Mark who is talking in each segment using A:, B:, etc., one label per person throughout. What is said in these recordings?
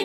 A: イ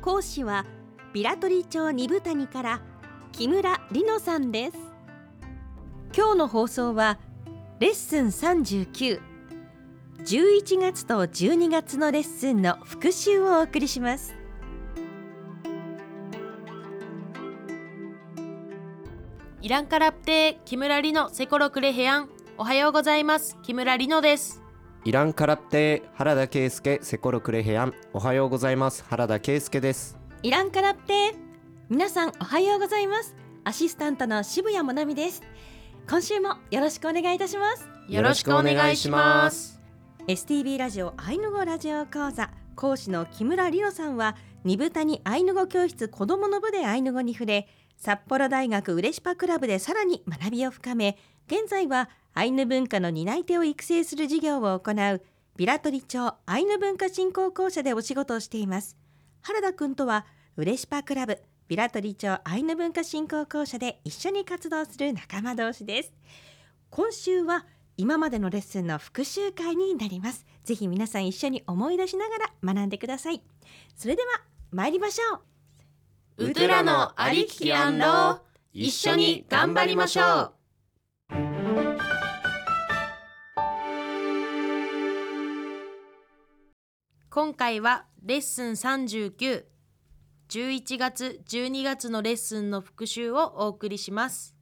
B: 講師はビラトリ町二部谷から木村里乃さんです今日の放送はレッスン39 11月と12月のレッスンの復習をお送りします
A: イランカラプテ木村里乃セコロクレヘアンおはようございます木村里乃です
C: イランカラプテ原田圭介セコロクレヘアンおはようございます原田圭介です
B: イランカラプテ皆さんおはようございますアシスタントの渋谷もなみです今週もよろしくお願いいたします
A: よろしくお願いします
B: STB ラジオアイヌ語ラジオ講座講師の木村里乃さんは二部谷アイヌ語教室子どもの部でアイヌ語に触れ札幌大学ウレシパクラブでさらに学びを深め現在はアイヌ文化の担い手を育成する事業を行うビラトリ町アイヌ文化振興公社でお仕事をしています原田くんとはウレシパクラブビラトリ町アイヌ文化振興公社で一緒に活動する仲間同士です今週は今までのレッスンの復習会になりますぜひ皆さん一緒に思い出しながら学んでくださいそれでは参りましょう
A: ウトゥラのありききアンロー一緒に頑張りましょう今回はレッスン39 11月12月のレッスンの復習をお送りします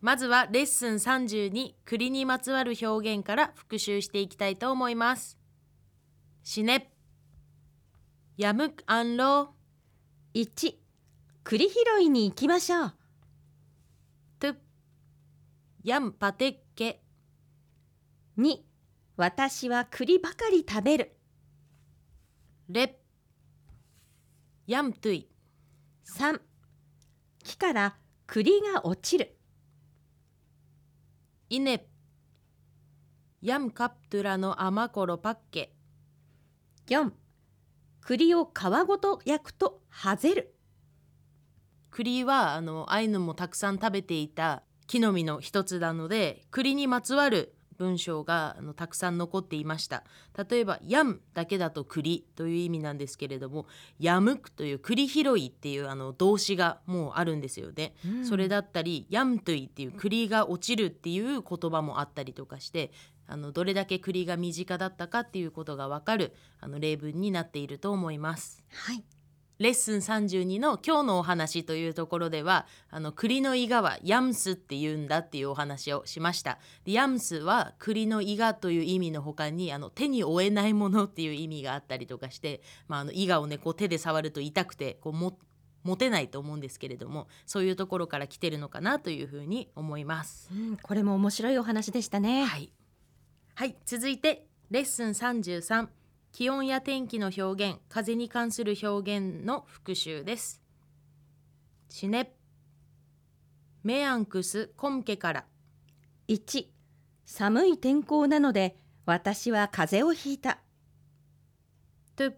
A: まずはレッスン32栗にまつわる表現から復習していきたいと思いますシネップヤムクアンロー
B: 1栗拾いに行きましょう
A: トゥヤンパテッケ
B: 2私は栗ばかり食べる
A: レッヤントゥイ
B: 3木から栗が落ちる
A: イネップヤンカプトゥラのアマコロパッケ
B: 4栗を皮ごと焼くとはぜる
A: 栗はあのアイヌもたくさん食べていた木の実の一つなので栗にまつわる文章があのたくさん残っていました例えば「やん」だけだと栗という意味なんですけれども「やむく」という栗拾いっていうあの動詞がもうあるんですよね。それだったり「やんとい」っていう栗が落ちるっていう言葉もあったりとかしてあのどれだけ栗が身近だったかっていうことがわかるあの例文になっていると思います。
B: はい
A: レッスン32の今日のお話というところではあの栗のイガはヤムスって言うんだっていうお話をしましたでヤムスは栗のイガという意味の他にあの手に負えないものっていう意味があったりとかして、まあ、あのイガをねこう手で触ると痛くてこうも持てないと思うんですけれどもそういうところから来てるのかなというふうに思います
B: う。ん、これも面白いお話でしたね
A: はい、はい、続いてレッスン33気温や天気の表現風に関する表現の復習ですシネメアンクスコンケから
B: 1寒い天候なので私は風邪をひいた
A: トゥ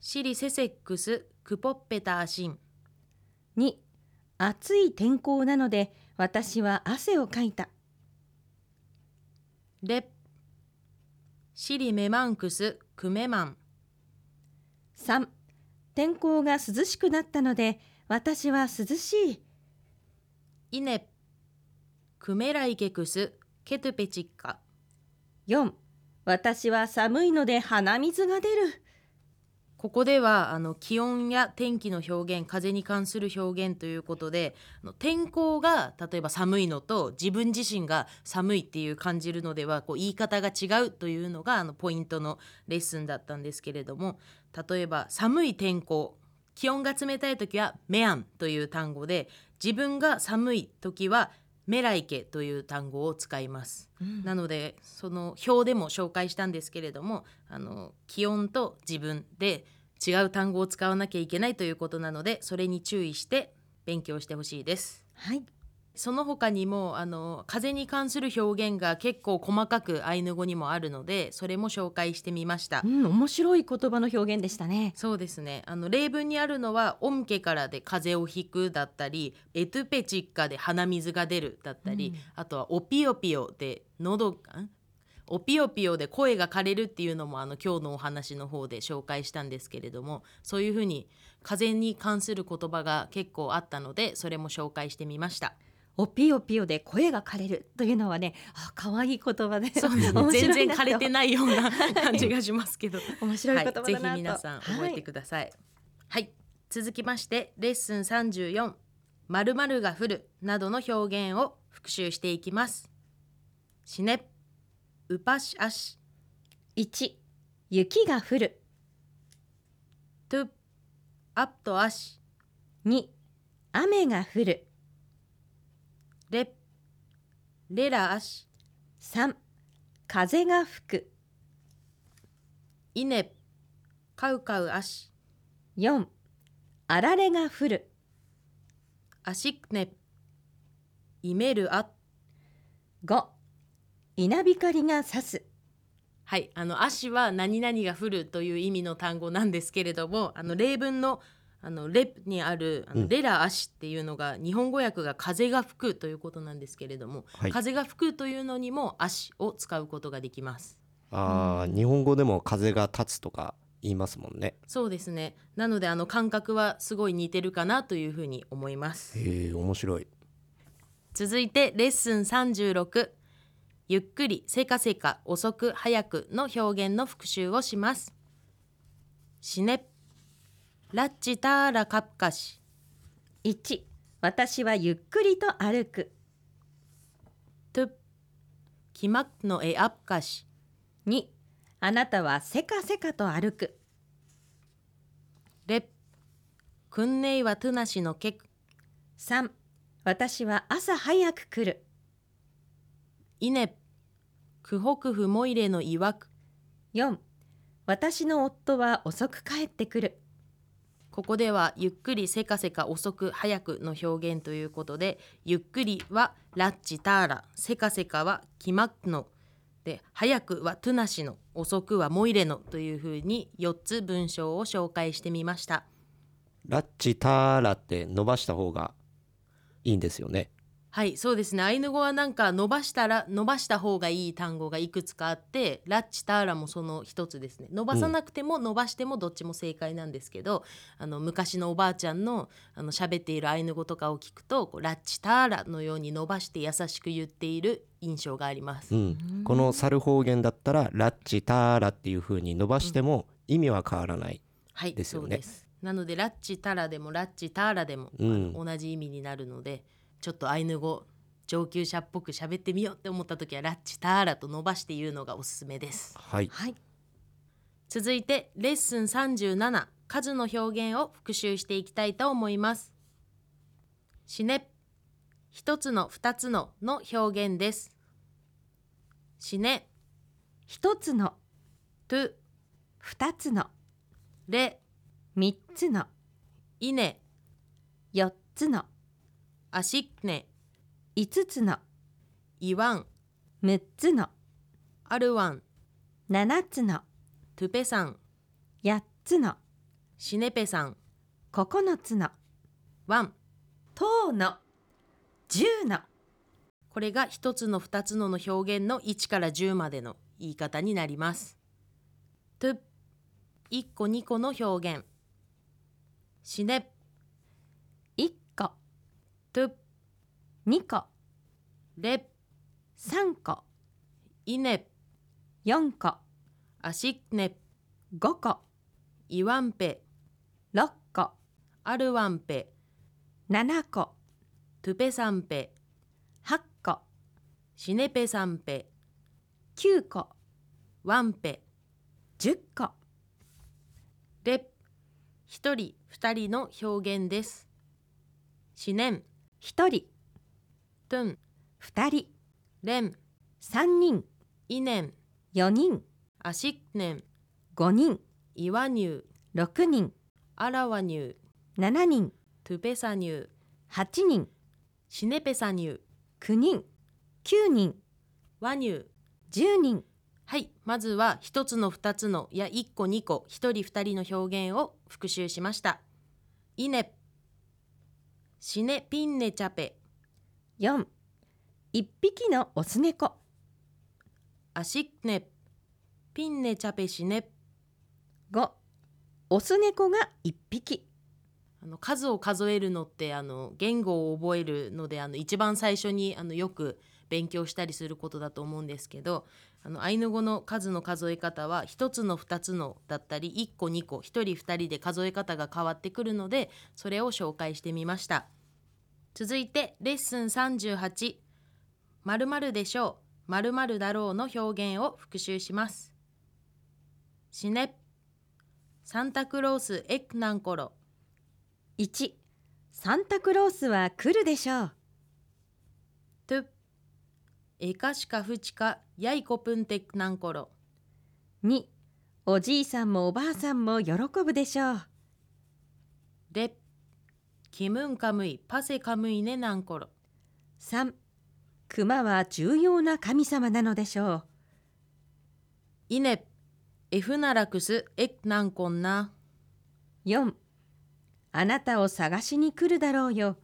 A: シリセセックスクポッペターシン
B: 2暑い天候なので私は汗をかいた
A: レシリメマンクスクメマン
B: 3天候が涼しくなったので私は涼しい
A: イネクメライケクスケトゥペチッカ
B: 4私は寒いので鼻水が出る
A: ここではあの気温や天気の表現風に関する表現ということであの天候が例えば寒いのと自分自身が寒いっていう感じるのではこう言い方が違うというのがあのポイントのレッスンだったんですけれども例えば寒い天候気温が冷たい時は「メアン」という単語で自分が寒い時は「メライケ」という単語を使います。なのでその表でも紹介したんですけれどもあの気温と自分で違う単語を使わなきゃいけないということなのでそれに注意して勉強してほしいです。
B: はい
A: その他にもあの風に関する表現が結構細かくアイヌ語にもあるのでそれも紹介してみました
B: う。ん面白い言葉の表現でしたね
A: そうですねあの例文にあるのは「オンケからで風邪をひく」だったり「エトゥペチッカ」で鼻水が出るだったり、
B: うん
A: あとは「オピオピオ」で喉がんオピオピオで声が枯れるっていうのもあの今日のお話の方で紹介したんですけれどもそういうふうに風邪に関する言葉が結構あったのでそれも紹介してみました。
B: おぴおぴおで声が枯れるというのはねあ可愛い言葉で
A: そうですね
B: 面白い
A: 全
B: な
A: 然枯れてないような感じがしますけど、
B: 面白い言葉だなと、
A: ぜひ皆さん覚えてください。はい、続きましてレッスン34まるまるが降るなどの表現を復習していきます。シネウパシアシ
B: 一、雪が降る。
A: トゥアットアシ
B: 二、雨が降る。
A: レレラアシ
B: 三、風が吹く。
A: イネカウカウアシ
B: 四、あられが降る。
A: アシクネイメルア
B: 五、稲光が差す。
A: はい、あの足は何々が降るという意味の単語なんですけれども、あの例文のあのレにあるあ
C: う
A: の
C: ん
A: レラ足っていうのが日本語訳が風が吹くということなんですけれども、
C: はい
A: 風が吹くというのにも足を使うことができます。
C: あー日本語でも風が立つとか言いますもんね
A: そうですね。なのであの感覚はすごい似てるかなというふうに思います。
C: へえ面白い
A: 続いてレッスン36ゆっくりせかせか遅く早くの表現の復習をしますシネラッチターラカプカシ
B: 一、私はゆっくりと歩く。
A: トゥキマクのエアプカシ
B: 二、あなたはせかせかと歩く。
A: レクンネイワトゥナシのケク
B: 三、私は朝早く来る。
A: イネクホクフモイレのイワク
B: 四、私の夫は遅く帰ってくる。
A: ここではゆっくりせかせか遅く早くの表現ということでゆっくりはラッチターラせかせかはキマクノで早くはトゥナシの遅くはモイレのというふうに4つ文章を紹介してみました
C: ラッチターラって伸ばした方がいいんですよね
A: はいそうですねアイヌ語はなんか伸ばしたら伸ばした方がいい単語がいくつかあってラッチターラもその一つですね伸ばさなくても伸ばしてもどっちも正解なんですけど、あの昔のおばあちゃんのあの喋っているアイヌ語とかを聞くとこうラッチターラのように伸ばして優しく言っている印象があります、
C: うんこの猿方言だったらラッチターラっていう風に伸ばしても意味は変わらない
A: はい
C: ですよ
A: そ
C: ね
A: うですなのでラッチタラでもラッチターラでも、
C: うん
A: あの同じ意味になるのでちょっとアイヌ語上級者っぽく喋ってみようって思った時はラッチターラと伸ばして言うのがおすすめです
C: はい
B: はい。
A: 続いてレッスン37数の表現を復習していきたいと思いますシネ一つの二つのの表現ですシネ
B: 一つの、
A: トゥ
B: 二つの、
A: レ
B: 三つの、
A: イネ
B: 四つの、
A: アシッネ
B: 五つの、
A: イワン
B: 六つの、
A: アルワン
B: 七つの、
A: トゥペさん
B: 八つの、
A: シネペさん
B: 九つの、
A: ワン
B: 十の、十の。
A: これが一つの二つのの表現の1から10までの言い方になります。トゥ1個2個の表現シネ
B: 一個、
A: トゥ
B: 二個、
A: レ
B: 三個、
A: イネ
B: 四個、
A: アシッネ
B: 五個、
A: イワンペ
B: 六個、
A: アルワンペ
B: 七個、
A: トゥペサンペ
B: 八個、
A: シネペサンペ
B: 九個、
A: ワンペ
B: 十個。
A: レ一人二人の表現ですシネン
B: 一人、
A: トゥン
B: 二人、
A: レン
B: 三人、
A: イネン
B: 四人、
A: アシッネン
B: 五人、
A: イワニュー
B: 6人
A: アラワニュー、
B: 7人
A: トゥペサニュー、
B: 8人
A: シネペサニュー、
B: 9人9人
A: ワニュー。
B: 10人
A: はい、まずは一つの二つのや一個二個一人二人の表現を復習しました。イネ、シネピンネチャペ、
B: 41匹のオス猫
A: アシッネ、ピンネチャペシネ。
B: 5オス猫が1匹
A: あの数を数えるのってあの言語を覚えるのであの一番最初にあのよく勉強したりすることだと思うんですけどあのアイヌ語の数の数え方は1つの2つのだったり1個2個1人2人で数え方が変わってくるのでそれを紹介してみました続いてレッスン38「まるでしょう」「まるだろう」の表現を復習しますシネサンタクロースエクナンコロ
B: 1サンタクロースは来るでしょう
A: トゥエカシカフチカヤイコプンテクナンコロ
B: 2おじいさんもおばあさんも喜ぶでしょう
A: レキムンカムイパセカムイネナンコロ
B: 3熊は重要な神様なのでしょう
A: イネエフナラクスエクナンコンナ
B: 4あなたを探しに来るだろうよ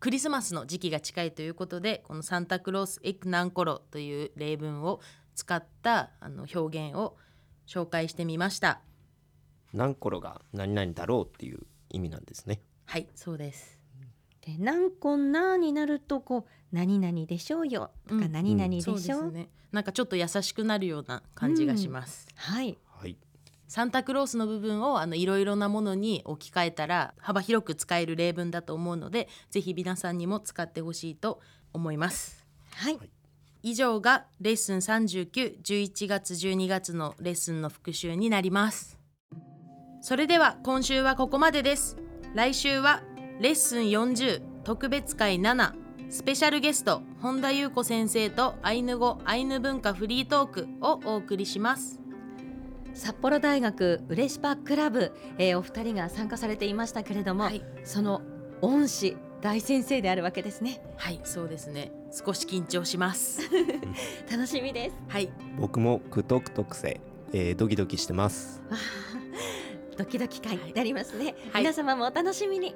A: クリスマスの時期が近いということでこのサンタクロースエクナンコロという例文を使ったあの表現を紹介してみました
C: 何頃が何々だろうっていう意味なんですね
A: はいそうです
B: で何こんなになるとこう何々でしょうよとか
A: うん
B: 何々でし
A: そ
B: ょう,、
A: うですねなんかちょっと優しくなるような感じがします、
B: はい
C: はい
A: サンタクロースの部分をあのいろいろなものに置き換えたら幅広く使える例文だと思うのでぜひ皆さんにも使ってほしいと思います
B: はい
A: 以上がレッスン3911月12月のレッスンの復習になりますそれでは今週はここまでです来週はレッスン40特別会7スペシャルゲスト本田裕子先生とアイヌ語アイヌ文化フリートークをお送りします
B: 札幌大学ウレシパクラブ、えーお二人が参加されていましたけれども、
A: はい
B: その恩師大先生であるわけですね
A: はいそうですね少し緊張します
B: 楽しみです
A: はい、
C: 僕もクトクトクセ、えー、ドキドキしてます
B: わあドキドキ会になりますね、
A: はい
B: 皆様もお楽しみに、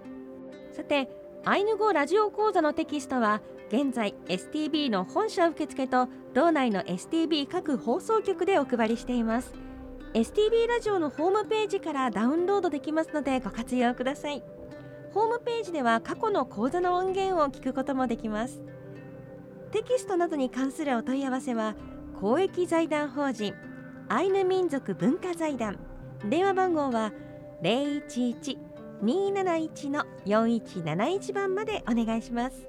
B: さてアイヌ語ラジオ講座のテキストは現在 STB の本社受付と道内の STB 各放送局でお配りしています STB ラジオのホームページからダウンロードできますのでご活用くださいホームページでは過去の講座の音源を聞くこともできますテキストなどに関するお問い合わせは公益財団法人アイヌ民族文化財団電話番号は零一一二七一の四一七一番までお願いします。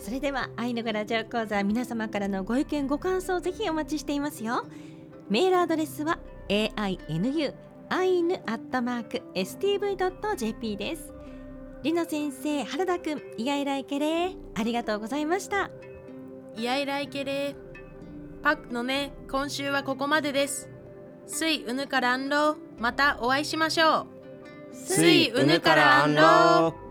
B: それではアイヌ語ラジオ講座皆様からのご意見ご感想をぜひお待ちしていますよ。メールアドレスは a i n u アイヌアットマーク s t v ドット j p です。りの先生原田くんイガイライケレーありがとうございました。
A: イヤイライケレー。パックのね、今週はここまでです。スイウヌからアンロー、またお会いしましょう。
C: ついうぬからあんろう